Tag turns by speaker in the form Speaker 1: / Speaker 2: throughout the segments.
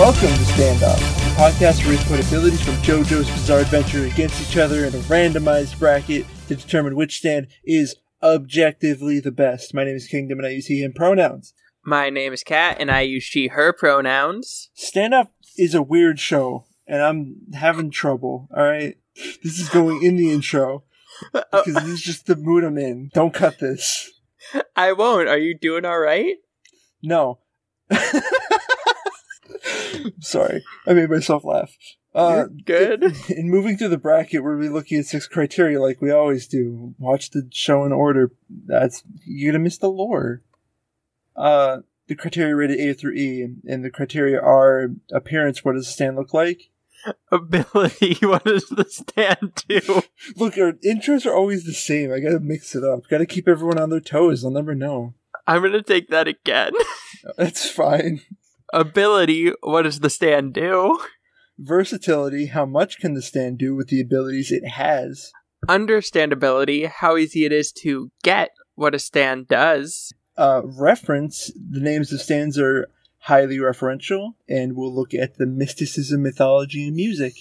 Speaker 1: Welcome to Stand Up, a podcast where we put abilities from JoJo's Bizarre Adventure against each other in a randomized bracket to determine which stand is objectively the best. My name is Kingdom and I use he and pronouns.
Speaker 2: My name is Kat, and I use she, her pronouns.
Speaker 1: Stand Up is a weird show, and I'm having trouble, alright? This is going in the intro
Speaker 2: Oh,
Speaker 1: because this is just the mood I'm in. Don't cut this.
Speaker 2: I won't. Are you doing all right?
Speaker 1: No. Sorry, I made myself laugh. Uh,
Speaker 2: You're good.
Speaker 1: in moving through the bracket, we'll be looking at six criteria like we always do. Watch the show in order. That's you're gonna miss the lore. Uh, the criteria rated A through E, and the criteria are appearance. What does the stand look like?
Speaker 2: Ability, what does the stand do?
Speaker 1: Look, our intros are always the same. I gotta mix it up. Gotta keep everyone on their toes. They'll never know.
Speaker 2: I'm going to take that again.
Speaker 1: That's fine.
Speaker 2: Ability, what does the stand do?
Speaker 1: Versatility. How much can the stand do with the abilities it has?
Speaker 2: Understandability, how easy it is to get what a stand does.
Speaker 1: uh, reference, the names of stands are highly referential, and we'll look at the mysticism, mythology, and music.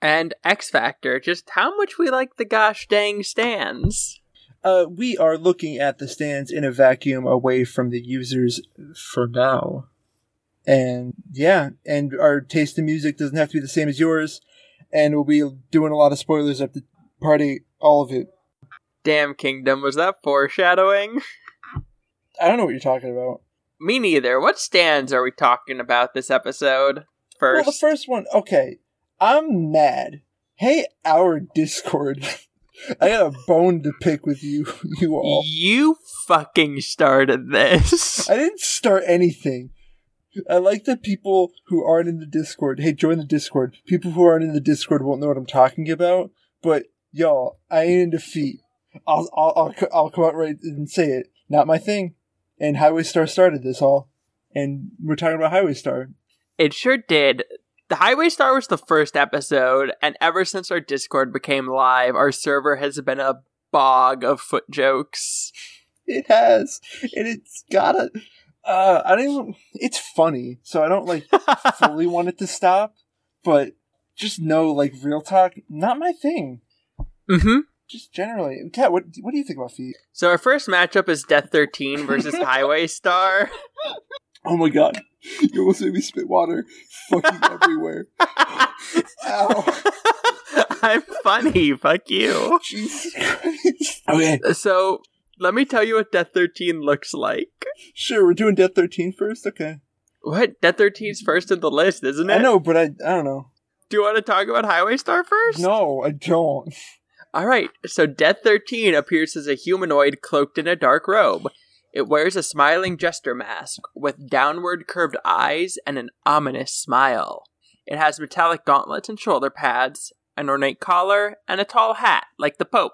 Speaker 2: And X Factor, just how much we like the gosh dang stands.
Speaker 1: Uh, we are looking at the stands in a vacuum away from the users for now. And yeah, and our taste in music doesn't have to be the same as yours, and we'll be doing a lot of spoilers up the party, all of it.
Speaker 2: Damn, Kingdom, was that foreshadowing?
Speaker 1: I don't know what you're talking about.
Speaker 2: Me neither. What stands are we talking about this episode? First,
Speaker 1: Well, the first one, okay. I'm mad. Hey, our Discord. I got a bone to pick with you, you all.
Speaker 2: You fucking started this.
Speaker 1: I didn't start anything. I like that people who aren't in the Discord, hey, join the Discord. People who aren't in the Discord won't know what I'm talking about, but y'all, I ain't in defeat. I'll, I'll, I'll, co- I'll come out right and say it. Not my thing. And Highway Star started this all. And we're talking about Highway Star.
Speaker 2: It sure did. The Highway Star was the first episode, and ever since our Discord became live, our server has been a bog of foot jokes.
Speaker 1: It has, and it's gotta. Uh, I don't. Even, it's funny, so I don't like fully want it to stop, but just know, like real talk, not my thing.
Speaker 2: hmm
Speaker 1: Just generally, Kat, what what do you think about feet?
Speaker 2: So our first matchup is Death 13 versus Highway Star.
Speaker 1: Oh my god, you almost made me spit water, fucking everywhere. Ow,
Speaker 2: I'm funny, fuck you.
Speaker 1: Jesus Christ. Okay,
Speaker 2: So let me tell you what Death 13 looks like.
Speaker 1: sure, we're doing Death Thirteen first. Okay,
Speaker 2: What? Death 13's first in the list, isn't it?
Speaker 1: I know, but I I don't know.
Speaker 2: Do you want to talk about Highway Star first?
Speaker 1: No, I don't.
Speaker 2: All right, so Death 13 appears as a humanoid cloaked in a dark robe. It wears a smiling jester mask with downward curved eyes and an ominous smile. It has metallic gauntlets and shoulder pads, an ornate collar, and a tall hat, like the Pope.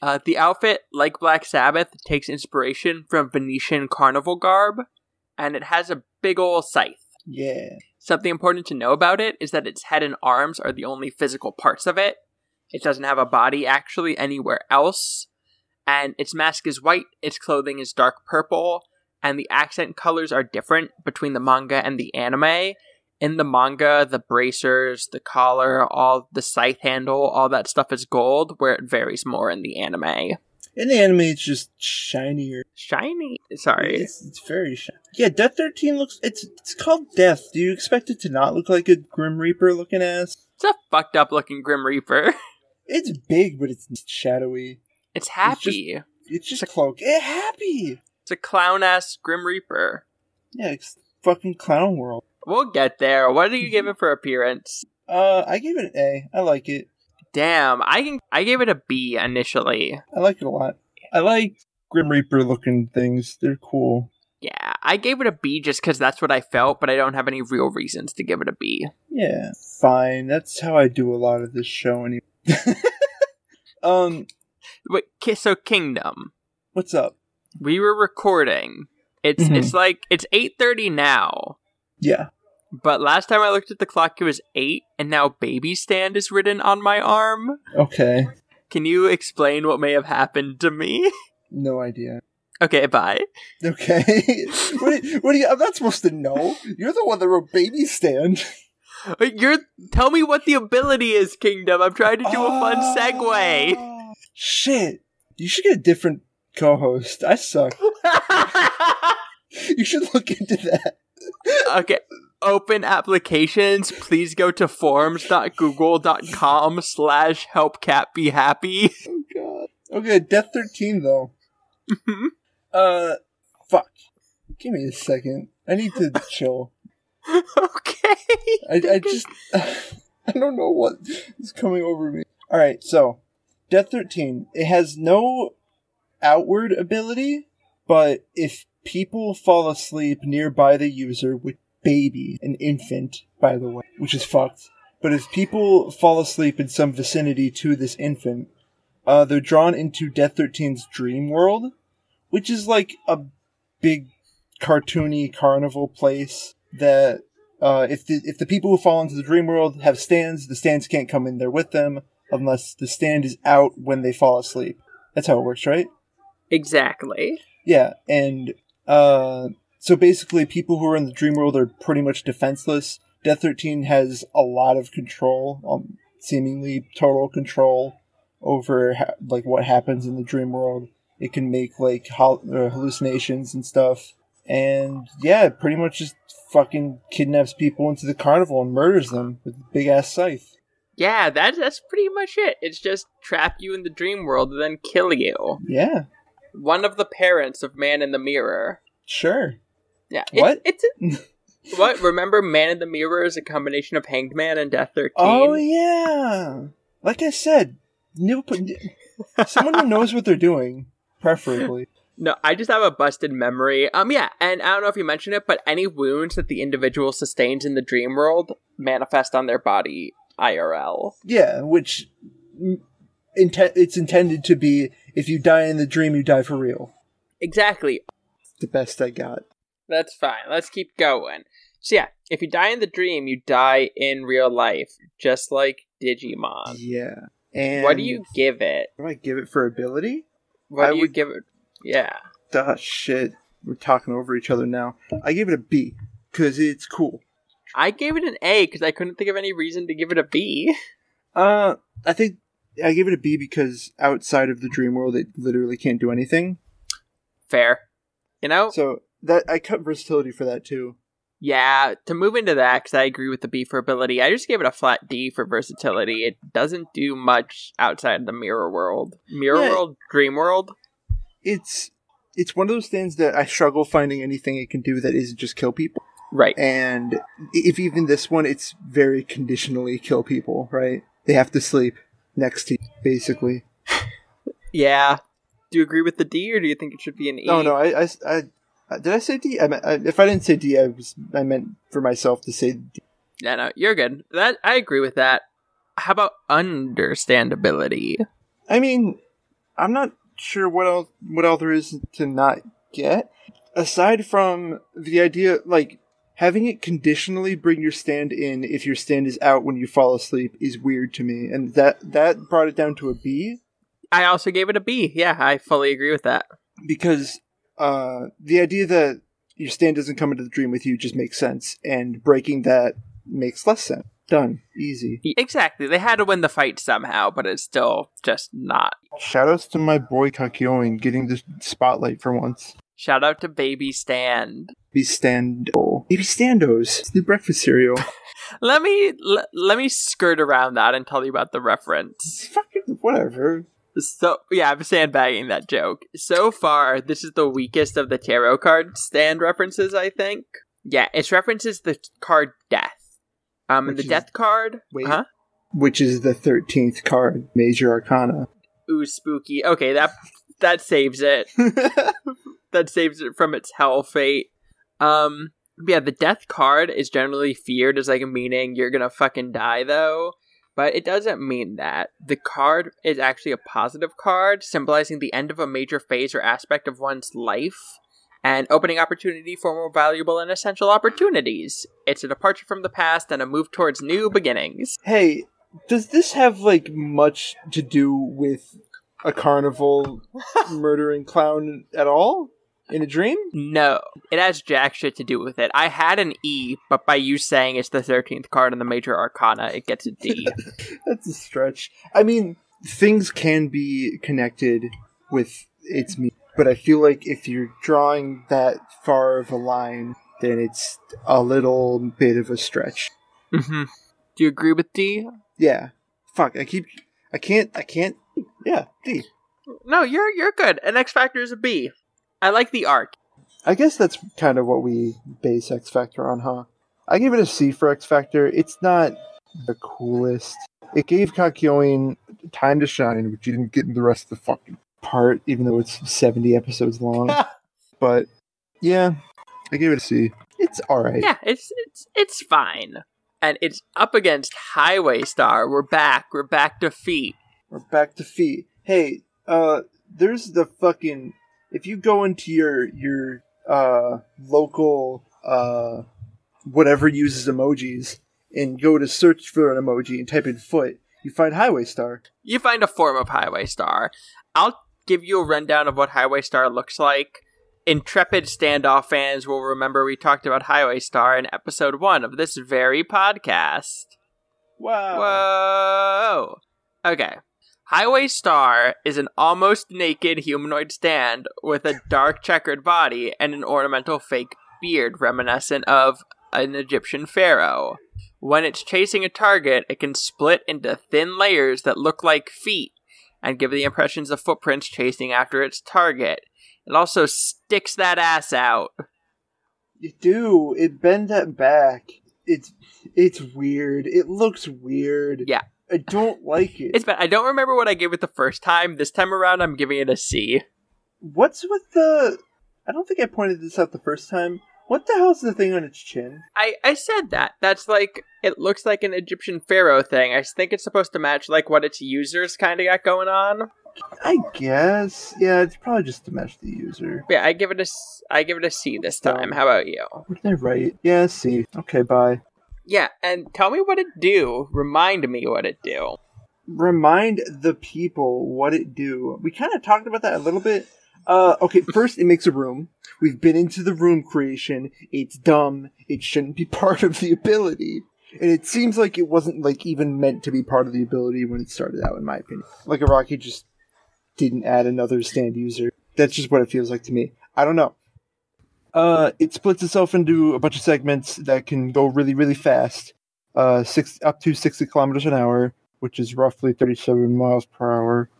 Speaker 2: Uh, the outfit, like Black Sabbath, takes inspiration from Venetian carnival garb, and it has a big ol' scythe.
Speaker 1: Yeah,
Speaker 2: Something important to know about it is that its head and arms are the only physical parts of it. It doesn't have a body actually anywhere else. And its mask is white, its clothing is dark purple, and the accent colors are different between the manga and the anime. In the manga, the bracers, the collar, all the scythe handle, all that stuff is gold, where it varies more in the anime.
Speaker 1: in the anime, it's just shinier.
Speaker 2: Shiny. Sorry.
Speaker 1: It's, it's very shiny. Yeah, Death Thirteen looks. It's it's called Death. Do you expect it to not look like a Grim Reaper looking ass?
Speaker 2: It's a fucked up looking Grim Reaper.
Speaker 1: It's big, but it's shadowy.
Speaker 2: It's happy. It's,
Speaker 1: It's just a cloak. It happy.
Speaker 2: a clown ass Grim Reaper.
Speaker 1: Yeah, it's fucking clown world.
Speaker 2: We'll get there. What do you give it for appearance?
Speaker 1: Uh, I gave it an A. I like it.
Speaker 2: Damn, I can. I gave it a B initially.
Speaker 1: I like it a lot. I like Grim Reaper looking things. They're cool.
Speaker 2: Yeah, I gave it a B just because that's what I felt, but I don't have any real reasons to give it a B.
Speaker 1: Yeah, fine. That's how I do a lot of this show anyway. um,
Speaker 2: Wait, Ki- so Kingdom,
Speaker 1: what's up?
Speaker 2: we were recording. It's
Speaker 1: Mhm.
Speaker 2: it's like it's eight thirty now,
Speaker 1: Yeah.
Speaker 2: but last time I looked at the clock, it was eight, and now baby stand is written on my arm.
Speaker 1: Okay.
Speaker 2: Can you explain what may have happened to me?
Speaker 1: No idea.
Speaker 2: Okay, bye.
Speaker 1: Okay. what, do- what do you? I'm not supposed to know. You're the one that wrote Baby Stand.
Speaker 2: You're tell me what the ability is, Kingdom. I'm trying to do a fun segue.
Speaker 1: Oh, Shit. You should get a different co-host. I suck. You should look into that.
Speaker 2: okay. Open applications. Please go to forums.google.com slash help cat be happy.
Speaker 1: Oh god. Okay, Death Thirteen though.
Speaker 2: Mhm.
Speaker 1: Uh, fuck. Give me a second. I need to chill.
Speaker 2: okay.
Speaker 1: I, I just I don't know what is coming over me. All right, so Death Thirteen. It has no outward ability, but if people fall asleep nearby the user with baby, an infant, by the way, which is fucked. But if people fall asleep in some vicinity to this infant, uh, they're drawn into Death 13's dream world, which is like a big cartoony carnival place that uh, if the if the people who fall into the dream world have stands, the stands can't come in there with them unless the stand is out when they fall asleep. That's how it works, right?
Speaker 2: Exactly.
Speaker 1: Yeah, and uh, so basically, people who are in the dream world are pretty much defenseless. Death Thirteen has a lot of control, um, seemingly total control over ha- like what happens in the dream world. It can make like hol- uh, hallucinations and stuff, and yeah, it pretty much just fucking kidnaps people into the carnival and murders them with a big ass scythe.
Speaker 2: Yeah, that's that's pretty much it. It's just trap you in the dream world and then kill you.
Speaker 1: Yeah,
Speaker 2: One of the parents of Man in the Mirror.
Speaker 1: sure.
Speaker 2: Yeah.
Speaker 1: What?
Speaker 2: It's, it's a, what? Remember, Man in the Mirror is a combination of Hanged Man and Death Thirteen.
Speaker 1: Oh yeah, like I said, new someone who knows what they're doing, preferably.
Speaker 2: No, I just have a busted memory. Um, yeah, and I don't know if you mentioned it, but any wounds that the individual sustains in the dream world manifest on their body IRL.
Speaker 1: Yeah, which mm, inte- it's intended to be. If you die in the dream, you die for real.
Speaker 2: Exactly.
Speaker 1: The best I got.
Speaker 2: That's fine. Let's keep going. So yeah, if you die in the dream, you die in real life, just like Digimon.
Speaker 1: Yeah. And
Speaker 2: what do you give it?
Speaker 1: What do I give it for ability?
Speaker 2: What
Speaker 1: I
Speaker 2: do you
Speaker 1: would-
Speaker 2: give it? Yeah.
Speaker 1: Duh, shit. We're talking over each other now. I give it a B because it's cool.
Speaker 2: I gave it an A because I couldn't think of any reason to give it a B.
Speaker 1: Uh, I think I give it a B because outside of the dream world, it literally can't do anything.
Speaker 2: Fair. You know?
Speaker 1: So that I cut versatility for that too.
Speaker 2: Yeah, to move into that, because I agree with the B for ability, I just gave it a flat D for versatility. It doesn't do much outside the mirror world. Mirror
Speaker 1: Yeah.
Speaker 2: world, dream world?
Speaker 1: It's it's one of those things that I struggle finding anything it can do that isn't just kill people.
Speaker 2: Right.
Speaker 1: And if even this one, it's very conditionally kill people, right? They have to sleep next to you, basically.
Speaker 2: Yeah. Do you agree with the D, or do you think it should be an E?
Speaker 1: Oh no, I, I, I- I- did I say D? I, meant, I if I didn't say D, I was I meant for myself to say D.
Speaker 2: No, no, you're good. That I agree with that. How about understandability?
Speaker 1: I mean, I'm not sure what else what else there is to not get aside from the idea like having it conditionally bring your stand in if your stand is out when you fall asleep is weird to me, and that that brought it down to a B
Speaker 2: I also gave it a B. Yeah, I fully agree with that.
Speaker 1: because uh, the idea that your stand doesn't come into the dream with you just makes sense, and breaking that makes less sense. Done, easy.
Speaker 2: Exactly. They had to win the fight somehow, but it's still just not.
Speaker 1: Shoutouts to my boy Kakyoin getting the spotlight for once.
Speaker 2: Shout out to Baby Stand.
Speaker 1: Be stando. Maybe standos. It's the breakfast cereal.
Speaker 2: let me l- let me skirt around that and tell you about the reference.
Speaker 1: It's fucking whatever.
Speaker 2: So yeah, I'm sandbagging that joke. So far, this is the weakest of the tarot card stand references. I think. Yeah, it references the card death. Um, and
Speaker 1: Which
Speaker 2: the
Speaker 1: is-
Speaker 2: death card.
Speaker 1: wait.
Speaker 2: Huh?
Speaker 1: Which is the 13th card, Major Arcana.
Speaker 2: Ooh, spooky. Okay, that that saves it. that saves it from its hell fate. Um, yeah, the death card is generally feared as like meaning you're gonna fucking die though, but it doesn't mean that. The card is actually a positive card, symbolizing the end of a major phase or aspect of one's life. And opening opportunity for more valuable and essential opportunities. It's a departure from the past and a move towards new beginnings.
Speaker 1: hey, does this have, like, much to do with a carnival murdering clown at all in a dream?
Speaker 2: No, it has jack shit to do with it. I had an E, but by you saying it's the 13th card in the major arcana, it gets a D.
Speaker 1: That's a stretch. I mean, things can be connected with its meaning, but I feel like if you're drawing that far of a line, then it's a little bit of a stretch.
Speaker 2: hmm Do you agree with D?
Speaker 1: Yeah. Fuck, I keep I can't I can't yeah, D.
Speaker 2: No, you're you're good. And X Factor is a B. I like the arc.
Speaker 1: I guess that's kind of what we base X Factor on, huh? I give it a C for X Factor. It's not the coolest. It gave Kakyoin time to shine, which you didn't get in the rest of the fucking part, even though it's 70 episodes long. but yeah, I gave it a C. It's alright.
Speaker 2: Yeah, it's it's it's fine. And it's up against Highway Star. We're back. We're back to feet.
Speaker 1: We're back to feet. Hey, uh, there's the fucking. If you go into your your uh local uh whatever uses emojis and go to search for an emoji and type in foot, you find Highway Star.
Speaker 2: You find a form of Highway Star. I'll give you a rundown of what Highway Star looks like. Intrepid standoff fans will remember we talked about Highway Star in episode one of this very podcast.
Speaker 1: Wow.
Speaker 2: Whoa. Okay. Highway Star is an almost naked humanoid stand with a dark checkered body and an ornamental fake beard reminiscent of an Egyptian pharaoh. When it's chasing a target, it can split into thin layers that look like feet and give the impressions of footprints chasing after its target. It also sticks that ass out.
Speaker 1: You do. It bend that back. It's it's weird. It looks weird.
Speaker 2: Yeah.
Speaker 1: I don't like it.
Speaker 2: It's bad. I don't remember what I gave it the first time. This time around, I'm giving it a C.
Speaker 1: What's with the? I don't think I pointed this out the first time. What the hell's the thing on its chin?
Speaker 2: I, I said that. That's like it looks like an Egyptian pharaoh thing. I think it's supposed to match like what its users kind of got going on.
Speaker 1: I guess. Yeah, it's probably just to match the user.
Speaker 2: Yeah, I give it a s- I give it a C this time. How about you?
Speaker 1: What did I write? Yeah, see. Okay, bye.
Speaker 2: Yeah, and tell me what it do. Remind me what it do.
Speaker 1: Remind the people what it do. We kind of talked about that a little bit. Uh, okay, first it makes a room. We've been into the room creation. It's dumb. It shouldn't be part of the ability. And it seems like it wasn't like even meant to be part of the ability when it started out, in my opinion. Like Iraqi just didn't add another stand user. That's just what it feels like to me. I don't know. Uh, it splits itself into a bunch of segments that can go really, really fast. Uh, six up to sixty kilometers an hour, which is roughly thirty-seven miles per hour.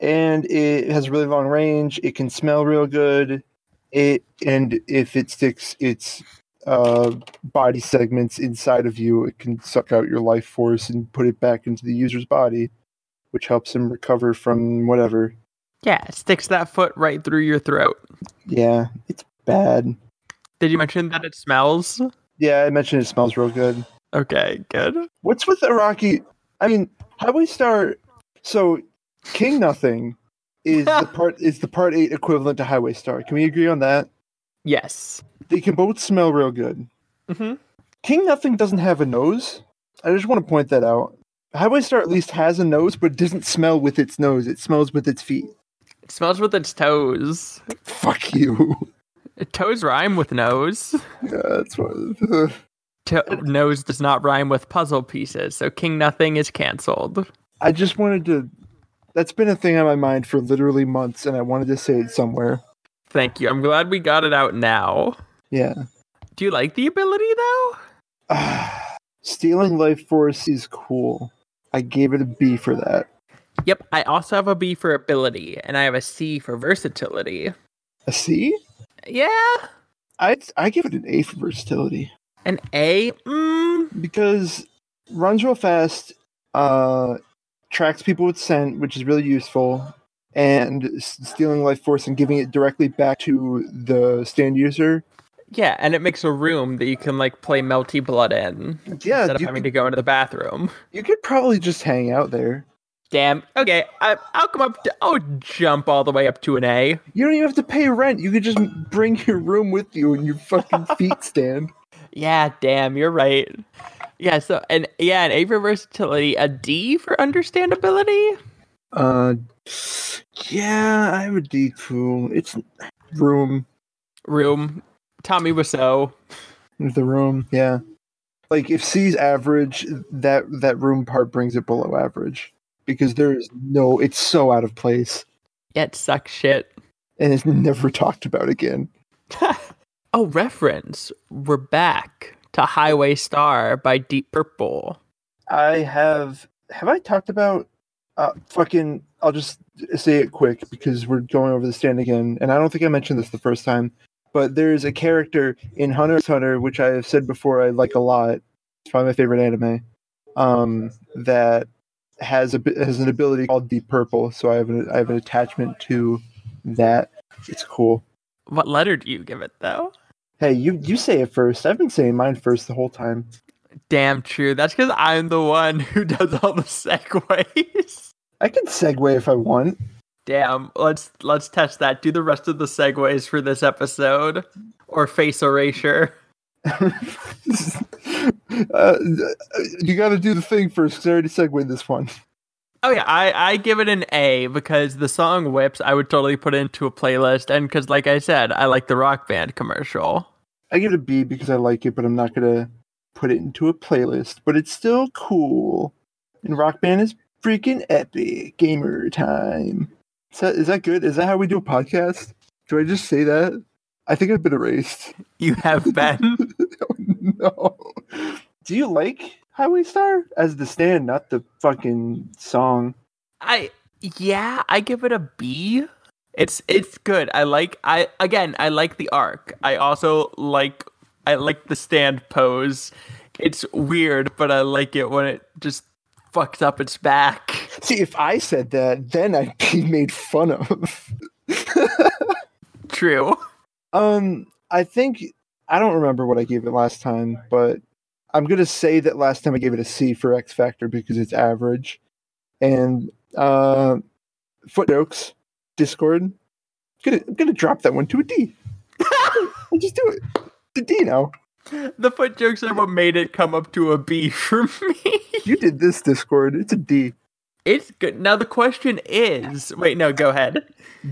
Speaker 1: and it has really long range. It can smell real good. It and if it sticks its uh, body segments inside of you, it can suck out your life force and put it back into the user's body, which helps him recover from whatever.
Speaker 2: Yeah, it sticks that foot right through your throat.
Speaker 1: Yeah, it's bad.
Speaker 2: Did you mention that it smells?
Speaker 1: Yeah, I mentioned it smells real good.
Speaker 2: Okay, good.
Speaker 1: What's with Iraqi? I mean, Highway Star. So, King Nothing is the part is the part eight equivalent to Highway Star. Can we agree on that?
Speaker 2: Yes.
Speaker 1: They can both smell real good.
Speaker 2: Mm-hmm.
Speaker 1: King Nothing doesn't have a nose. I just want to point that out. Highway Star at least has a nose, but it doesn't smell with its nose. It smells with its feet.
Speaker 2: It smells with its toes.
Speaker 1: Fuck you.
Speaker 2: Toes rhyme with nose.
Speaker 1: Yeah, that's what.
Speaker 2: to- nose does not rhyme with puzzle pieces, so King Nothing is canceled.
Speaker 1: I just wanted to. That's been a thing on my mind for literally months, and I wanted to say it somewhere.
Speaker 2: Thank you. I'm glad we got it out now.
Speaker 1: Yeah.
Speaker 2: Do you like the ability though?
Speaker 1: Stealing life force is cool. I gave it a B for that.
Speaker 2: Yep, I also have a B for ability, and I have a C for versatility.
Speaker 1: A C?
Speaker 2: Yeah,
Speaker 1: I I give it an A for versatility
Speaker 2: an A. Mm,
Speaker 1: because runs real fast, uh, tracks people with scent, which is really useful, and s- stealing life force and giving it directly back to the stand user.
Speaker 2: yeah, and it makes a room that you can like play Melty Blood in
Speaker 1: Yeah,
Speaker 2: instead of
Speaker 1: you,
Speaker 2: having
Speaker 1: could-
Speaker 2: to go into the bathroom.
Speaker 1: you could probably just hang out there.
Speaker 2: Damn. Okay, I, I'll come up. To, I'll jump all the way up to an A.
Speaker 1: You don't even have to pay rent. You could just bring your room with you and your fucking feet stand.
Speaker 2: Yeah, damn, you're right. Yeah, so and yeah, an A for versatility, a D for understandability.
Speaker 1: Uh, yeah, I have a D pool. It's room.
Speaker 2: Room. Tommy Wiseau.
Speaker 1: The room. Yeah. Like if C's average, that that room part brings it below average because there is no. It's so out of place,
Speaker 2: It sucks shit.
Speaker 1: and it's never talked about again.
Speaker 2: oh, reference. We're back to Highway Star by Deep Purple.
Speaker 1: I have have I talked about uh fucking I'll just say it quick because we're going over the stand again and I don't think I mentioned this the first time but there's a character in Hunter x Hunter which I have said before I like a lot it's probably my favorite anime um that has a has an ability called Deep Purple so I have an I have an attachment to that it's cool
Speaker 2: What letter do you give it, though?
Speaker 1: hey you you say it first I've been saying mine first the whole time
Speaker 2: Damn true. That's because I'm the one who does all the segues.
Speaker 1: I can segue if I want
Speaker 2: Damn. Let's let's test that. Do the rest of the segues for this episode, or face erasure.
Speaker 1: uh, you got to do the thing first because I already segued this one.
Speaker 2: Oh yeah, I, I give it an A because the song whips. I would totally put it into a playlist, and because like I said, I like the rock band commercial.
Speaker 1: I give it a B because I like it, but I'm not gonna put it into a playlist. But it's still cool, and Rock Band is freaking epic. Gamer time. Is that, is that good? Is that how we do a podcast? Do I just say that? I think I've been erased.
Speaker 2: You have been.
Speaker 1: no. Do you like Highway Star as the stand, not the fucking song?
Speaker 2: I yeah, I give it a B. It's it's good. I like I again, I like the arc. I also like I like the stand pose. It's weird, but I like it when it just fucks up its back.
Speaker 1: See, if I said that, then I'd be made fun of.
Speaker 2: True.
Speaker 1: um, I think I don't remember what I gave it last time, but I'm gonna say that last time I gave it a C for X Factor because it's average. And uh, Footnotes Discord, gonna I'm gonna drop that one to a D. I'll just do it. It's a D now.
Speaker 2: the foot jokes are what made it come up to a B for me.
Speaker 1: You did this Discord. It's a D.
Speaker 2: It's good. Now the question is, wait, no, go ahead.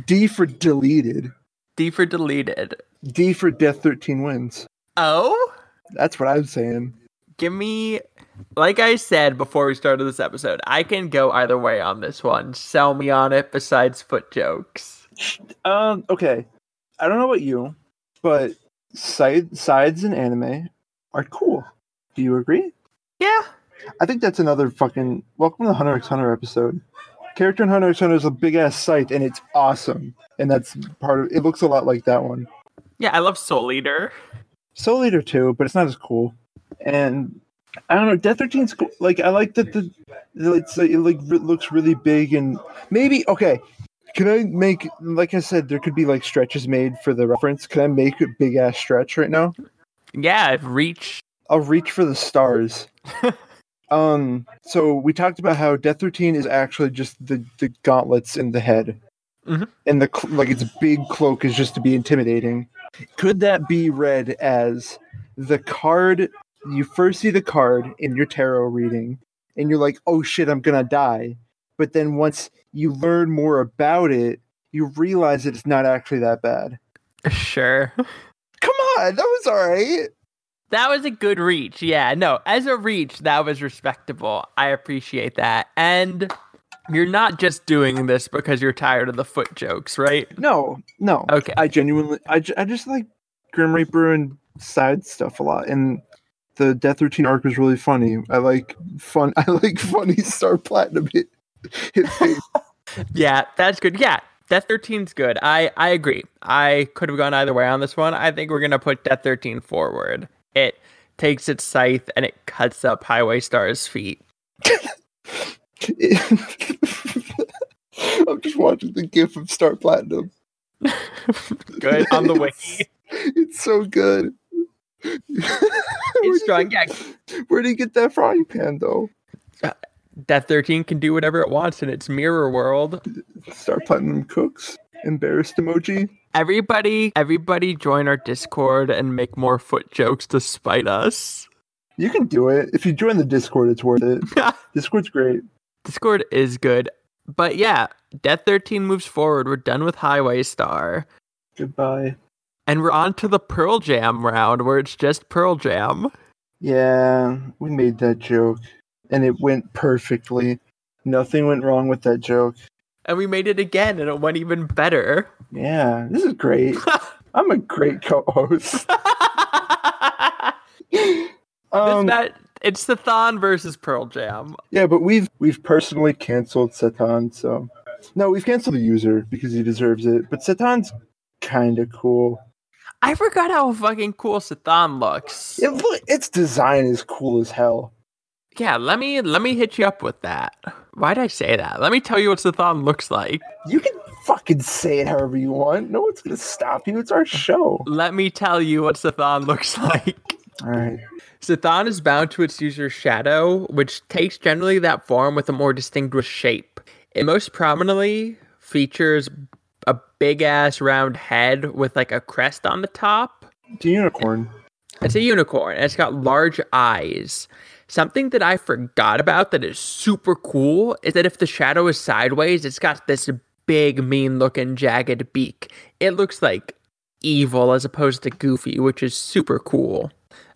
Speaker 1: D for deleted.
Speaker 2: D for deleted.
Speaker 1: D for Death Thirteen wins.
Speaker 2: Oh?
Speaker 1: That's what I'm saying.
Speaker 2: give me like i said before we started this episode i can go either way on this one sell me on it besides foot jokes
Speaker 1: Um. Okay. I don't know about you, but side, sides in anime are cool. Do you agree?
Speaker 2: yeah
Speaker 1: I think that's another fucking welcome to the Hunter x Hunter episode. Character in Hunter x Hunter is a big ass site, and it's awesome. And that's part of it. Looks a lot like that one.
Speaker 2: yeah i love soul eater
Speaker 1: Soul Eater too, but it's not as cool. And I don't know. Death 13's cool. like I like that the the- it's like, it like re- looks really big and maybe okay. Can I make like I said there could be like stretches made for the reference? Can I make a big ass stretch right now?
Speaker 2: yeah I've reached
Speaker 1: I'll reach for the stars. um. So we talked about how Death Routine is actually just the the gauntlets in the head,
Speaker 2: Mhm.
Speaker 1: and the cl- like its big cloak is just to be intimidating. Could that be read as the card? You first see the card in your tarot reading, and you're like, "Oh shit, I'm gonna die." But then once you learn more about it, you realize that it's not actually that bad.
Speaker 2: sure
Speaker 1: Come on, that was all right.
Speaker 2: that was a good reach yeah no as a reach that was respectable i appreciate that and you're not just doing this because you're tired of the foot jokes right
Speaker 1: No, no.
Speaker 2: okay
Speaker 1: I genuinely, I, ju- I just like Grim Reaper and side stuff a lot, and the Death Routine arc was really funny. I like fun. I like funny Star Platinum hit. hit things.
Speaker 2: Yeah, that's good. Yeah, Death 13's good. I I agree. I could have gone either way on this one. I think we're gonna put Death 13 forward. It takes its scythe and it cuts up Highway Star's feet.
Speaker 1: I'm just watching the GIF of Star Platinum.
Speaker 2: Good on the wiki.
Speaker 1: It's so good.
Speaker 2: It's strong. Yeah,
Speaker 1: Where do you get that frying pan though?
Speaker 2: Death 13 can do whatever it wants in its mirror world.
Speaker 1: Star Platinum cooks. Embarrassed emoji.
Speaker 2: Everybody, everybody, join our Discord and make more foot jokes to spite us.
Speaker 1: You can do it if you join the Discord. It's worth it. Discord's great.
Speaker 2: Discord is good. But yeah, Death 13 moves forward. We're done with Highway Star.
Speaker 1: Goodbye.
Speaker 2: And we're on to the Pearl Jam round where it's just Pearl Jam.
Speaker 1: Yeah, we made that joke, and it went perfectly. Nothing went wrong with that joke.
Speaker 2: And we made it again and it went even better.
Speaker 1: Yeah, this is great. I'm a great co-host. Um,
Speaker 2: it's, that, it's the Thon versus Pearl Jam.
Speaker 1: yeah, but we've we've personally canceled Satan, so no, we've canceled the user because he deserves it. But Satan's kind of cool.
Speaker 2: I forgot how fucking cool Sathan looks.
Speaker 1: It look, its design is cool as hell.
Speaker 2: Yeah, let me let me hit you up with that. Why'd I say that? Let me tell you what Sathan looks like.
Speaker 1: You can fucking say it however you want. No one's gonna stop you. It's our show.
Speaker 2: Let me tell you what Sathan looks like.
Speaker 1: All right.
Speaker 2: Sathan is bound to its user's shadow, which takes generally that form with a more distinguished shape. It most prominently features a big ass round head with like a crest on the top.
Speaker 1: It's a unicorn.
Speaker 2: It's a unicorn and it's got large eyes. Something that I forgot about that is super cool is that if the shadow is sideways, it's got this big, mean looking jagged beak. It looks like evil as opposed to goofy, which is super cool.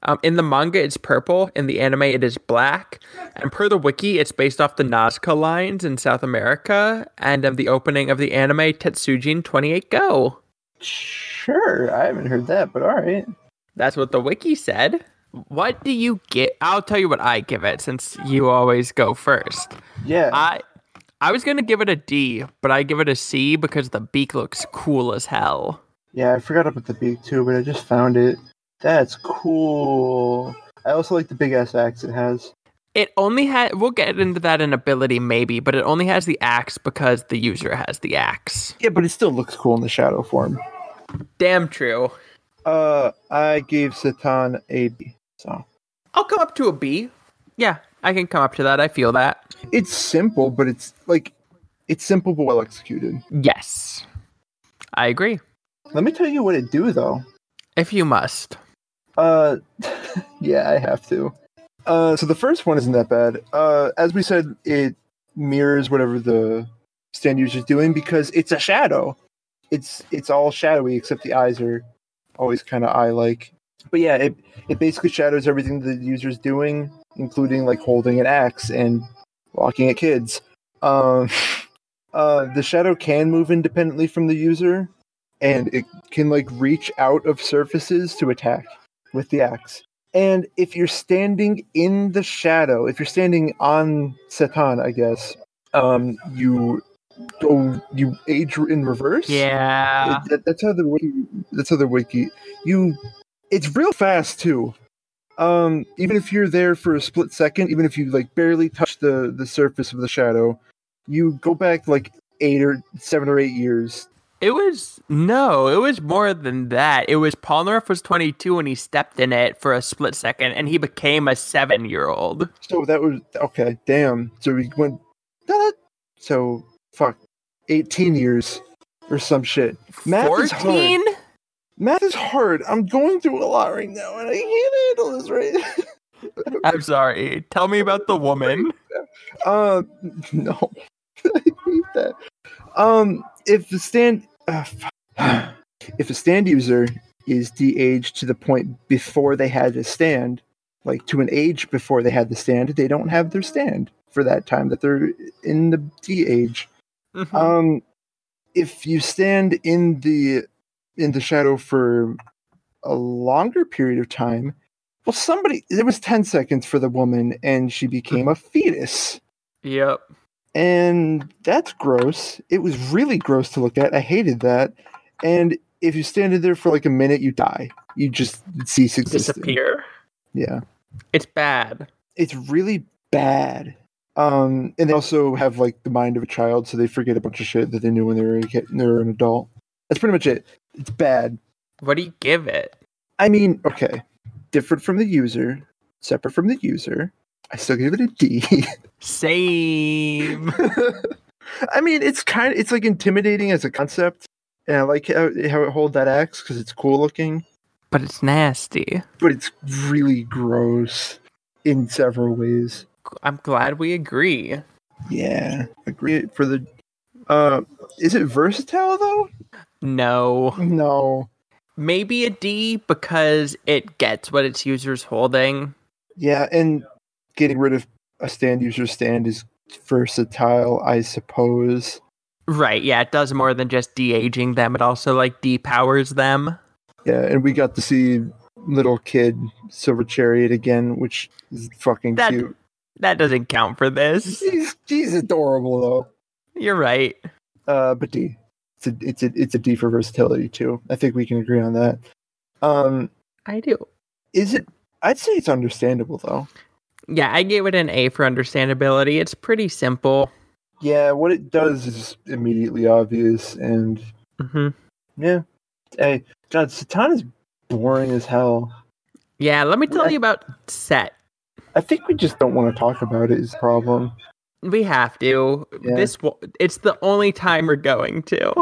Speaker 2: Um, in the manga, it's purple. In the anime, it is black. And per the wiki, it's based off the Nazca lines in South America and um, the opening of the anime Tetsujin 28 Go.
Speaker 1: Sure, I haven't heard that, but all right.
Speaker 2: That's what the wiki said. What do you get? I'll tell you what I give it since you always go first.
Speaker 1: Yeah.
Speaker 2: I I was going to give it a D, but I give it a C because the beak looks cool as hell.
Speaker 1: Yeah, I forgot about the beak too, but I just found it. That's cool. I also like the big ass axe it has.
Speaker 2: It only had we'll get into that in ability maybe, but it only has the axe because the user has the axe.
Speaker 1: Yeah, but it still looks cool in the shadow form.
Speaker 2: Damn true.
Speaker 1: Uh, I gave Satan a B. So
Speaker 2: I'll come up to a B. Yeah, I can come up to that. I feel that.
Speaker 1: it's simple, but it's like it's simple but well executed.
Speaker 2: Yes. I agree.
Speaker 1: Let me tell you what it do though.
Speaker 2: If you must.
Speaker 1: Uh, yeah, I have to. Uh, so the first one isn't that bad. Uh, as we said, it mirrors whatever the stand user's doing because it's a shadow. It's it's all shadowy except the eyes are always kind of eye like. But yeah, it it basically shadows everything the user's doing, including like holding an axe and walking at kids. Um, uh, the shadow can move independently from the user, and it can like reach out of surfaces to attack with the axe. And if you're standing in the shadow, if you're standing on Satan, I guess, um, you go you age in reverse.
Speaker 2: Yeah.
Speaker 1: It- that- that's how the wiki. That's how the wiki. You, it's real fast too. Um, even if you're there for a split second, even if you like barely touch the the surface of the shadow, you go back like eight or seven or eight years.
Speaker 2: It was no, it was more than that. It was Paul Polnareff was 22 and he stepped in it for a split second and he became a 7-year-old.
Speaker 1: So that was okay. Damn. So we went. da-da. So fuck, eighteen years or some shit. Math is hard.
Speaker 2: 14?
Speaker 1: Math is hard. I'm going through a lot right now, and I can't handle this right.
Speaker 2: I'm sorry. Tell me about the woman.
Speaker 1: Uh, no, I hate that. Um, if the stand, uh, f- if a stand user is de-aged to the point before they had to stand, like to an age before they had the stand, they don't have their stand for that time that they're in the de-age. Um, if you stand in the in the shadow for a longer period of time, well, somebody it was ten seconds for the woman, and she became a fetus
Speaker 2: yep.
Speaker 1: and that's gross. It was really gross to look at. I hated that. And if you stand in there for like a minute, you die. You just cease existing.
Speaker 2: Disappear.
Speaker 1: Yeah,
Speaker 2: It's bad.
Speaker 1: it's really bad. Um, and they also have like the mind of a child, so they forget a bunch of shit that they knew when they were a kid, they were an adult. That's pretty much it. It's bad.
Speaker 2: What do you give it?
Speaker 1: I mean, okay, different from the user, separate from the user. I still give it a D.
Speaker 2: Same.
Speaker 1: I mean, it's kind of it's like intimidating as a concept, and I like how, how it hold that axe because it's cool looking,
Speaker 2: but it's nasty.
Speaker 1: but it's really gross in several ways.
Speaker 2: I'm glad we agree.
Speaker 1: Yeah, agree for the. Uh, is it versatile though?
Speaker 2: No.
Speaker 1: No.
Speaker 2: Maybe a D because it gets what its user's holding.
Speaker 1: Yeah, and getting rid of a stand user stand is versatile, I suppose.
Speaker 2: Right, yeah, it does more than just de aging them, it also like depowers them.
Speaker 1: Yeah, and we got to see little kid Silver Chariot again, which is fucking
Speaker 2: That-
Speaker 1: cute.
Speaker 2: That doesn't count for this.
Speaker 1: He's, he's adorable though.
Speaker 2: You're right.
Speaker 1: Uh, but D. It's a it's a it's a D for versatility too. I think we can agree on that. Um,
Speaker 2: I do.
Speaker 1: is it? I'd say it's understandable though.
Speaker 2: Yeah, I gave it an A for understandability. It's pretty simple.
Speaker 1: Yeah, what it does is immediately obvious, and
Speaker 2: hmm
Speaker 1: yeah, hey, God, Satan is boring as hell.
Speaker 2: Yeah, let me tell you about set.
Speaker 1: I think we just don't want to talk about it. Is the problem?
Speaker 2: We have to.
Speaker 1: Yeah.
Speaker 2: This will, it's the only time we're going to.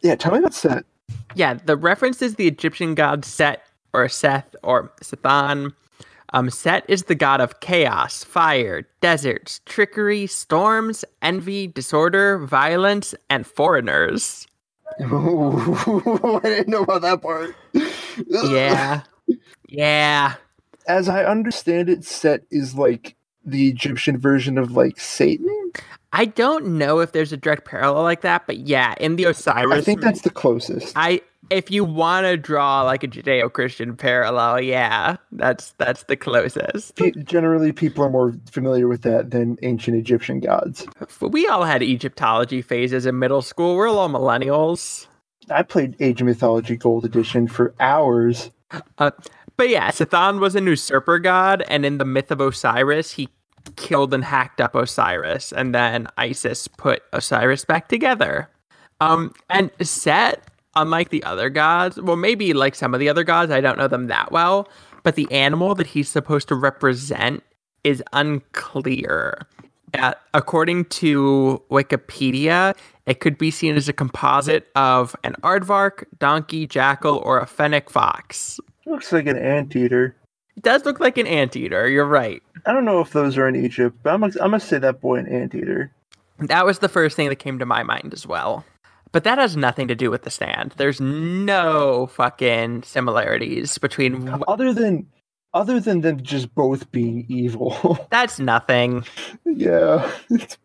Speaker 1: Yeah, tell me about Set.
Speaker 2: Yeah, the reference is the Egyptian god Set or Seth or Sethan. Um, Set is the god of chaos, fire, deserts, trickery, storms, envy, disorder, violence, and foreigners.
Speaker 1: I didn't know about that part.
Speaker 2: Yeah. yeah.
Speaker 1: As I understand it, Set is like the Egyptian version of like Satan.
Speaker 2: I don't know if there's a direct parallel like that, but yeah, in the Osiris
Speaker 1: I think that's the closest.
Speaker 2: I if you want to draw like a Judeo-Christian parallel, yeah, that's that's the closest.
Speaker 1: Pe- generally, people are more familiar with that than ancient Egyptian gods.
Speaker 2: We all had Egyptology phases in middle school. We're all millennials.
Speaker 1: I played Age of Mythology Gold Edition for hours.
Speaker 2: Uh, But yeah, Sathan was an usurper god, and in the myth of Osiris, he killed and hacked up Osiris, and then Isis put Osiris back together. Um, and Set, unlike the other gods, well, maybe like some of the other gods, I don't know them that well, but the animal that he's supposed to represent is unclear. Uh, according to Wikipedia, it could be seen as a composite of an aardvark, donkey, jackal, or a fennec fox.
Speaker 1: Looks like an anteater.
Speaker 2: It does look like an anteater. You're right.
Speaker 1: I don't know if those are in Egypt, but I'm, gonna- I'm gonna say that boy an anteater.
Speaker 2: That was the first thing that came to my mind as well. But that has nothing to do with the stand. There's no fucking similarities between. wh-
Speaker 1: Other than, other than them just both being evil.
Speaker 2: That's nothing.
Speaker 1: Yeah, it's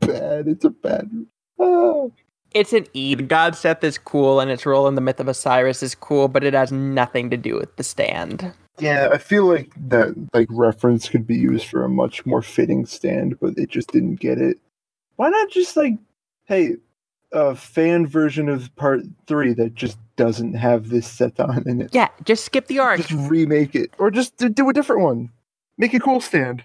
Speaker 1: bad. It's a bad. Oh.
Speaker 2: It's an E. The God Seth is cool, and its role in the myth of Osiris is cool, but it has nothing to do with the stand.
Speaker 1: Yeah, I feel like that like reference could be used for a much more fitting stand, but it just didn't get it. Why not just like, hey, a fan version of part three that just doesn't have this set on in it?
Speaker 2: Yeah, just skip the arc.
Speaker 1: Just remake it, or just d- do a different one. Make a cool stand.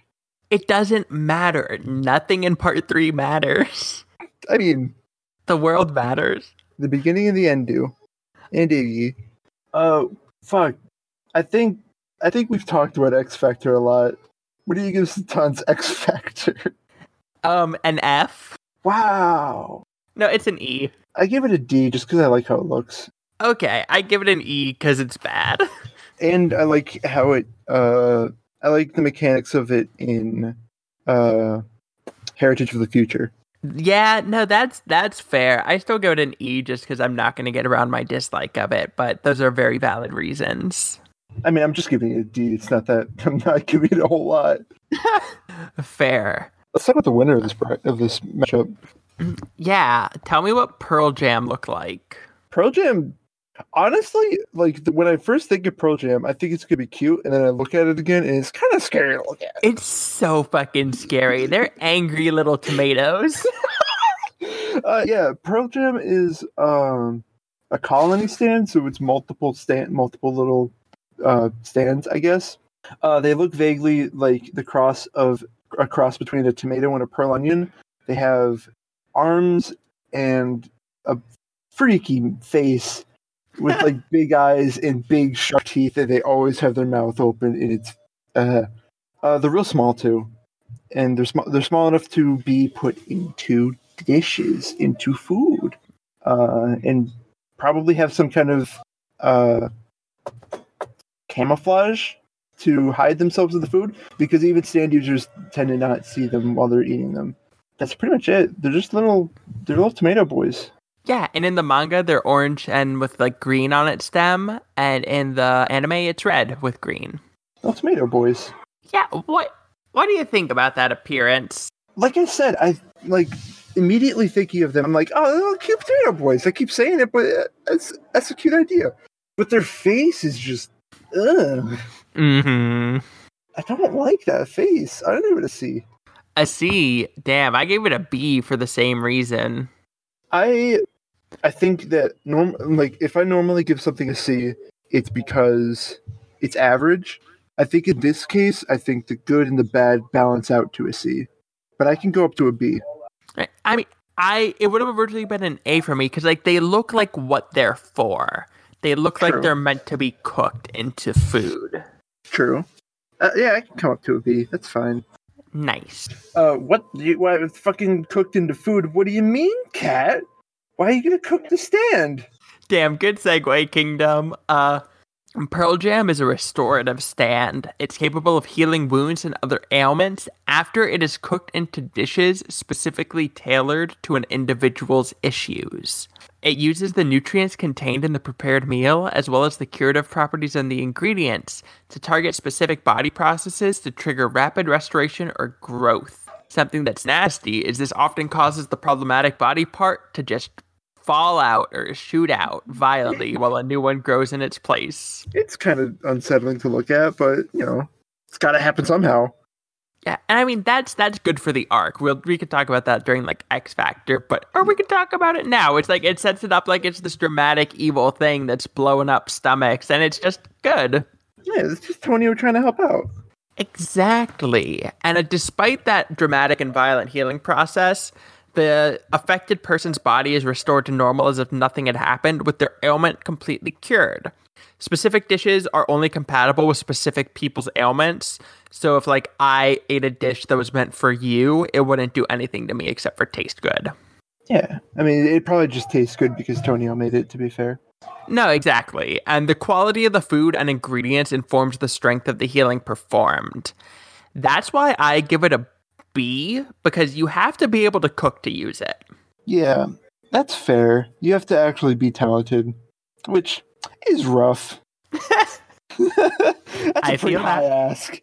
Speaker 2: It doesn't matter. Nothing in part three matters.
Speaker 1: I mean,
Speaker 2: The world matters.
Speaker 1: the beginning and the end do, and Iggy. Uh, fuck. I think I think we've talked about X Factor a lot. What do you give Satan's X Factor?
Speaker 2: Um, an F.
Speaker 1: Wow.
Speaker 2: No, it's an E.
Speaker 1: I give it a D just because I like how it looks,
Speaker 2: Okay, I give it an E because it's bad.
Speaker 1: and I like how it. Uh, I like the mechanics of it in, uh, Heritage of the Future.
Speaker 2: Yeah, no, that's that's fair. I still go to an E just because I'm not going to get around my dislike of it, but those are very valid reasons.
Speaker 1: I mean, I'm just giving it a D. It's not that I'm not giving it a whole lot.
Speaker 2: Fair.
Speaker 1: Let's talk about the winner of this bri- of this matchup.
Speaker 2: Yeah, tell me what Pearl Jam looked like.
Speaker 1: Pearl Jam, honestly, like th- when I first think of Pearl Jam, I think it's gonna be cute, and then I look at it again, and it's kind of scary to look at.
Speaker 2: It's so fucking scary. They're angry little tomatoes.
Speaker 1: Uh, yeah, Pearl Jam is um, a colony stand, so it's multiple stand, multiple little uh, stands, I guess. Uh, they look vaguely like the cross of a cross between a tomato and a pearl onion. They have arms and a freaky face with like big eyes and big sharp teeth, and they always have their mouth open. And it's uh, uh, they're real small too, and they're small. They're small enough to be put into dishes, into food, uh, and probably have some kind of uh, camouflage to hide themselves with the food because even stand users tend to not see them while they're eating them. That's pretty much it. They're just little, they're little tomato boys.
Speaker 2: Yeah, and in the manga they're orange and with like green on its stem, and in the anime it's red with green.
Speaker 1: Little tomato boys.
Speaker 2: Yeah, what what do you think about that appearance?
Speaker 1: Like I said, I like immediately thinking of them. I'm like, oh, they're little cute tomato boys. I keep saying it, but that's that's a cute idea. But their face is just, ugh.
Speaker 2: Mm-hmm.
Speaker 1: I don't like that face. I don't even see.
Speaker 2: A C. Damn, I gave it a B for the same reason.
Speaker 1: I I think that norm like if I normally give something a C, it's because it's average. I think in this case, I think the good and the bad balance out to a C. But I can go up to a B.
Speaker 2: I- I mean, I it would have originally been an A for me because like they look like what they're for. They look
Speaker 1: True.
Speaker 2: like they're meant to be cooked into food.
Speaker 1: True. Uh, yeah, I can come up to a B. That's fine.
Speaker 2: Nice.
Speaker 1: Uh, what? You, why it's fucking cooked into food? What do you mean, cat? Why are you gonna cook the stand?
Speaker 2: Damn, good segue, Kingdom. Uh, Pearl Jam is a restorative stand. It's capable of healing wounds and other ailments after it is cooked into dishes specifically tailored to an individual's issues. It uses the nutrients contained in the prepared meal, as well as the curative properties in the ingredients, to target specific body processes to trigger rapid restoration or growth. Something that's nasty is this often causes the problematic body part to just fall out or shoot out violently while a new one grows in its place.
Speaker 1: It's kind of unsettling to look at, but you know, it's gotta happen somehow.
Speaker 2: Yeah, and I mean that's that's good for the arc. We'll we could talk about that during like X Factor, but or we could talk about it now. It's like it sets it up like it's this dramatic evil thing that's blowing up stomachs, and it's just good.
Speaker 1: Yeah, it's just Tonio trying to help out.
Speaker 2: Exactly. And uh, despite that dramatic and violent healing process, the affected person's body is restored to normal as if nothing had happened, with their ailment completely cured. Specific dishes are only compatible with specific people's ailments. So if like I ate a dish that was meant for you, it wouldn't do anything to me except for taste good.
Speaker 1: Yeah, I mean, it probably just tastes good because Tonio made it. To be fair,
Speaker 2: No, exactly. And the quality of the food and ingredients informs the strength of the healing performed. That's why I give it a B, because you have to be able to cook to use it.
Speaker 1: yeah, that's fair. You have to actually be talented, which is rough. that's
Speaker 2: I
Speaker 1: a pretty
Speaker 2: feel
Speaker 1: high
Speaker 2: that.
Speaker 1: ask.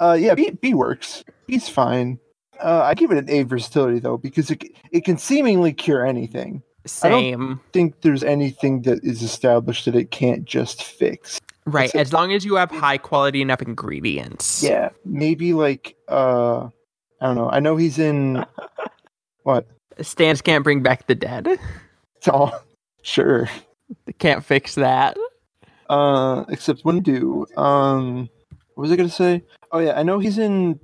Speaker 1: Uh, yeah, B, B works. B's fine. Uh, I give it an A versatility though because it c- it can seemingly cure anything.
Speaker 2: Same.
Speaker 1: think there's anything that is established that it can't just fix.
Speaker 2: Right.
Speaker 1: it's a-
Speaker 2: As long as you have high quality enough ingredients.
Speaker 1: Yeah, maybe like uh, I don't know. I know he's in what?
Speaker 2: Stans can't bring back the dead.
Speaker 1: Oh, sure.
Speaker 2: They can't fix that.
Speaker 1: Uh, except when do um, what was I gonna say? Oh yeah, I know he's in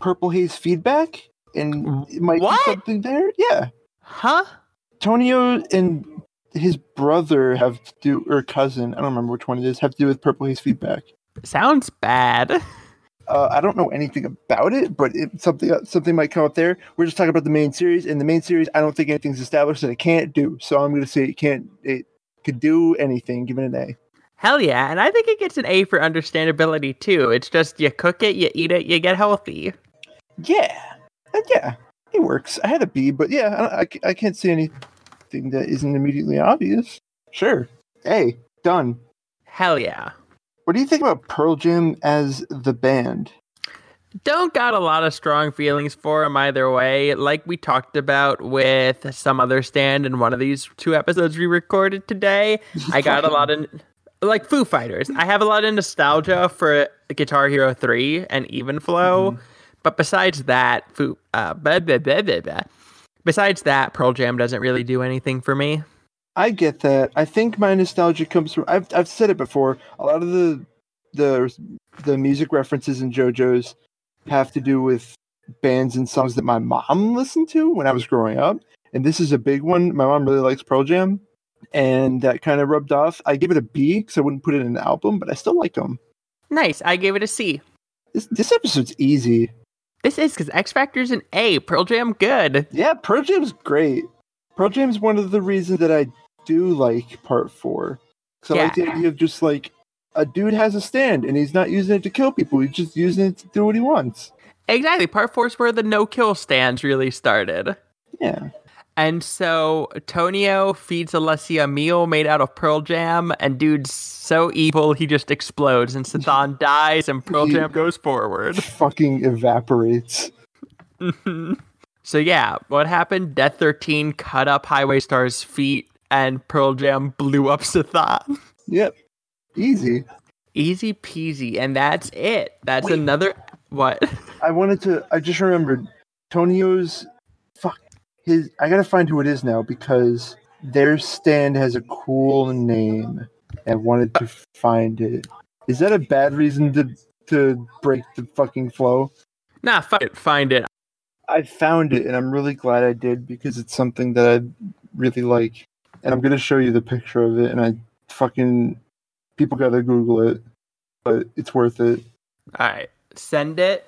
Speaker 1: Purple Haze Feedback, and it might
Speaker 2: What?
Speaker 1: be something there. Yeah,
Speaker 2: Huh?
Speaker 1: Tonio and his brother have to do, or cousin, I don't remember which one it is, have to do with Purple Haze Feedback.
Speaker 2: Sounds bad.
Speaker 1: Uh, I don't know anything about it, but it, something uh, something might come up there. We're just talking about the main series, and the main series, I don't think anything's established that it can't do. So I'm going to say it can't. It could do anything. Give it an A.
Speaker 2: Hell yeah. And I think it gets an A for understandability too. It's just you cook it, you eat it, you get healthy.
Speaker 1: Yeah, Uh, yeah, it works. I had a B, but yeah, I, don't- I, ca- I can't see anything that isn't immediately obvious. Sure, A done.
Speaker 2: Hell yeah.
Speaker 1: What do you think about Pearl Jam as the band?
Speaker 2: don't got a lot of strong feelings for him either way. Like we talked about with some other stand in one of these two episodes we recorded today, I got a lot of like Foo Fighters. I have a lot of nostalgia for Guitar Hero 3 and Even Flow, but besides that, Foo uh blah, blah, blah, blah, blah. besides that, Pearl Jam doesn't really do anything for me.
Speaker 1: I get that. I think my nostalgia comes from I've I've said it before. A lot of the the the music references in JoJo's have to do with bands and songs that my mom listened to when I was growing up. And this is a big one. My mom really likes Pearl Jam, and that kind of rubbed off. I give it a B because I wouldn't put it in an album, but I still like them.
Speaker 2: Nice, I gave it a C.
Speaker 1: This this episode's easy.
Speaker 2: This is because X Factor's an A. Pearl Jam, good.
Speaker 1: Yeah, Pearl Jam's great. Pearl Jam's one of the reasons that I do like Part Four. So I like the
Speaker 2: Yeah.
Speaker 1: idea of just like a dude has a stand and he's not using it to kill people. He's just using it to do what he wants.
Speaker 2: Exactly. Part four is where the no kill stands really started.
Speaker 1: Yeah.
Speaker 2: And so Tonio feeds Alessia a meal made out of Pearl Jam, and dude's so evil he just explodes, and Sathan dies, and Pearl
Speaker 1: He-
Speaker 2: Jam goes forward.
Speaker 1: Fucking evaporates.
Speaker 2: Mhm. so yeah, what happened? Death 13 cut up Highway Star's feet, and Pearl Jam blew up Sathan.
Speaker 1: Yep. Easy.
Speaker 2: Easy peasy, and that's it. That's
Speaker 1: Wait.
Speaker 2: another what?
Speaker 1: I wanted to. I just remembered Tonio's. Fuck his. I gotta find who it is now because their stand has a cool name. and I wanted to find it. Is that a bad reason to to break the fucking flow?
Speaker 2: nah, fuck it, find it.
Speaker 1: I found it, and I'm really glad I did because it's something that I really like. And I'm gonna show you the picture of it. And I fucking people gotta Google it, but it's worth it.
Speaker 2: All right, send it.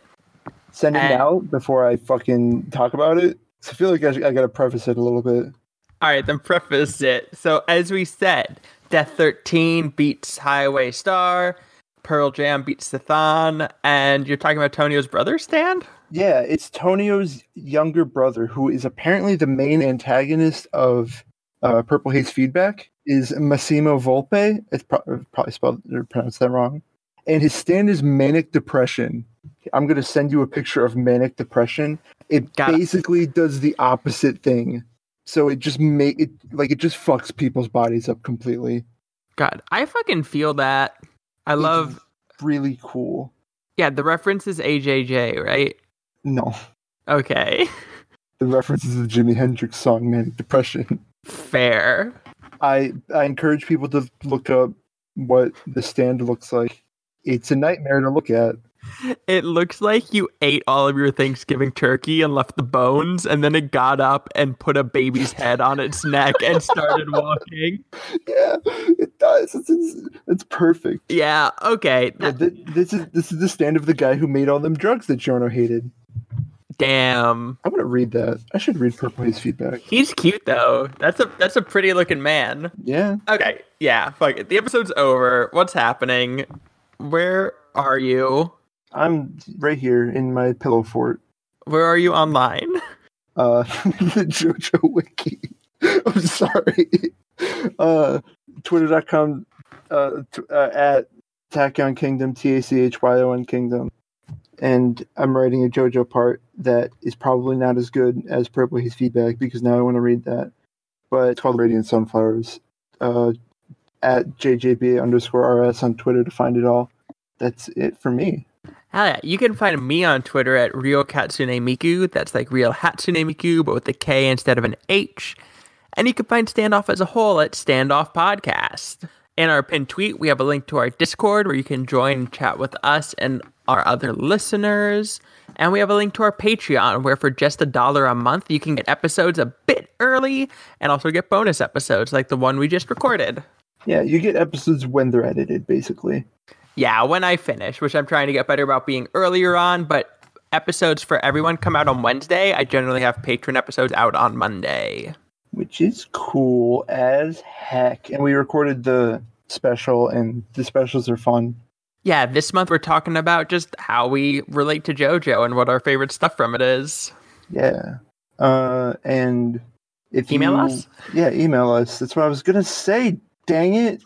Speaker 1: send it
Speaker 2: And-
Speaker 1: now before I fucking talk about it. So I feel like I, I gotta preface it a little bit.
Speaker 2: All right, then preface it. So, as we said, Death 13 beats Highway Star, Pearl Jam beats Sathan, and you're talking about Tonio's brother stand?
Speaker 1: Yeah, it's Tonio's younger brother, who is apparently the main antagonist of uh, Purple Haze Feedback, is Massimo Volpe. It's pro- uh, probably spelled or pronounced that wrong. And his stand is Manic Depression. I'm gonna send you a picture of Manic Depression. It
Speaker 2: Got it.
Speaker 1: basically does the opposite thing. So it just make it like it just fucks people's bodies up completely.
Speaker 2: God, I fucking feel that. I
Speaker 1: It's
Speaker 2: love,
Speaker 1: Really cool.
Speaker 2: yeah, the reference is AJJ, right?
Speaker 1: No.
Speaker 2: Okay,
Speaker 1: the references of Jimi Hendrix song Manic Depression.
Speaker 2: fair.
Speaker 1: I, I encourage people to look up what the stand looks like. It's a nightmare to look at.
Speaker 2: It looks like you ate all of your Thanksgiving turkey and left the bones, and then it got up and put a baby's head on its neck and started walking.
Speaker 1: Yeah, it does. It's, it's, it's perfect.
Speaker 2: Yeah, okay.
Speaker 1: Yeah, thi- this is this is the stand of the guy who made all them drugs that Jono hated.
Speaker 2: Damn.
Speaker 1: I'm gonna read that. I should read Purple Haze feedback.
Speaker 2: He's cute though. That's a that's a pretty looking man.
Speaker 1: Yeah,
Speaker 2: Okay, yeah, fuck it. The episode's over. What's happening? Where are you?
Speaker 1: I'm right here in my pillow fort.
Speaker 2: Where are you online?
Speaker 1: uh the jojo wiki i'm sorry uh twitter.com uh, t- uh at tachyon kingdom t-a-c-h-y-o-n kingdom and i'm writing a jojo part that is probably not as good as purple haze feedback because now i want to read that but it's called radiant sunflowers uh at jjb underscore rs on twitter to find it all that's it for me
Speaker 2: Hell yeah. You can find me on Twitter at Real Katsune Miku. That's like Real Hatsune Miku, but with a K instead of an H. And you can find Standoff as a whole at Standoff Podcast. In our pinned tweet, we have a link to our Discord where you can join and chat with us and our other listeners. And we have a link to our Patreon where for just a dollar a month, you can get episodes a bit early and also get bonus episodes like the one we just recorded.
Speaker 1: yeah you get episodes when they're edited basically
Speaker 2: Yeah, when I finish, which I'm trying to get better about being earlier on, but episodes for everyone come out on Wednesday. I generally have patron episodes out on Monday.
Speaker 1: which is cool as heck. And we recorded the special, and the specials are fun.
Speaker 2: Yeah, this month we're talking about just how we relate to JoJo and what our favorite stuff from it is.
Speaker 1: Yeah. Uh, and if
Speaker 2: Email
Speaker 1: you-
Speaker 2: us?
Speaker 1: yeah, email us. That's what I was gonna say. Dang it!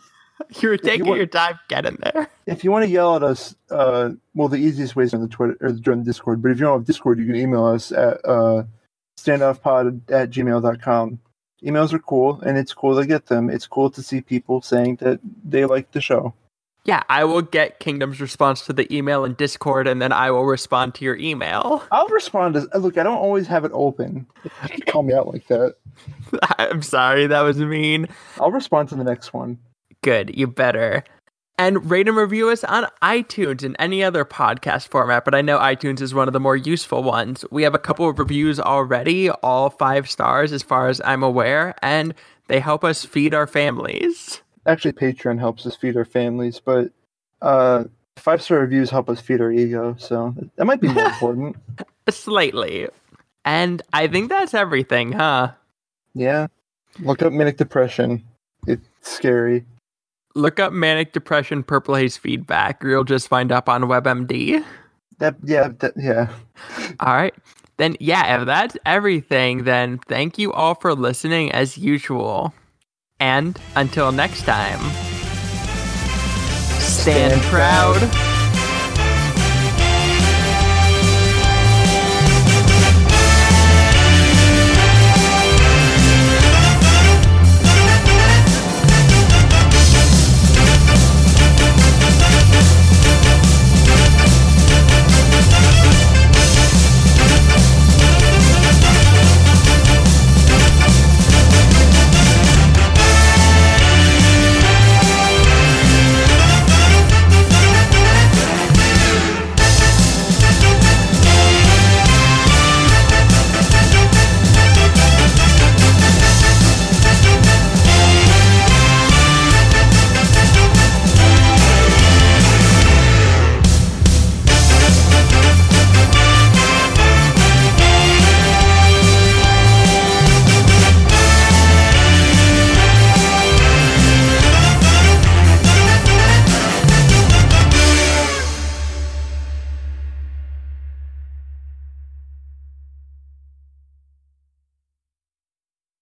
Speaker 2: You were taking
Speaker 1: want-
Speaker 2: your time getting there.
Speaker 1: If you want to yell at us, uh, well, the easiest way is on the Twitter or join the Discord. But if you don't have Discord, you can email us at uh, standoffpod at gmail.com. Emails are cool, and it's cool to get them. It's cool to see people saying that they like the show.
Speaker 2: Yeah, I will get Kingdom's response to the email in Discord and then I will respond to your email.
Speaker 1: I'll respond as look. I don't always have it open. Call me out like that.
Speaker 2: I'm sorry, that was mean.
Speaker 1: I'll respond to the next one.
Speaker 2: Good, you better. And rate and review us on iTunes and any other podcast format, but I know iTunes is one of the more useful ones. We have a couple of reviews already, all five stars as far as I'm aware, and they help us feed our families.
Speaker 1: Actually, Patreon helps us feed our families, but uh, five star reviews help us feed our ego. So that might be more important.
Speaker 2: Slightly. And I think that's everything, huh?
Speaker 1: Yeah. Look up manic depression. It's scary.
Speaker 2: Look up manic depression purple haze feedback, or you'll just find up on WebMD.
Speaker 1: That yeah, that, yeah.
Speaker 2: All right. Then, yeah, if that's everything, then thank you all for listening as usual. And until next time, stand, proud.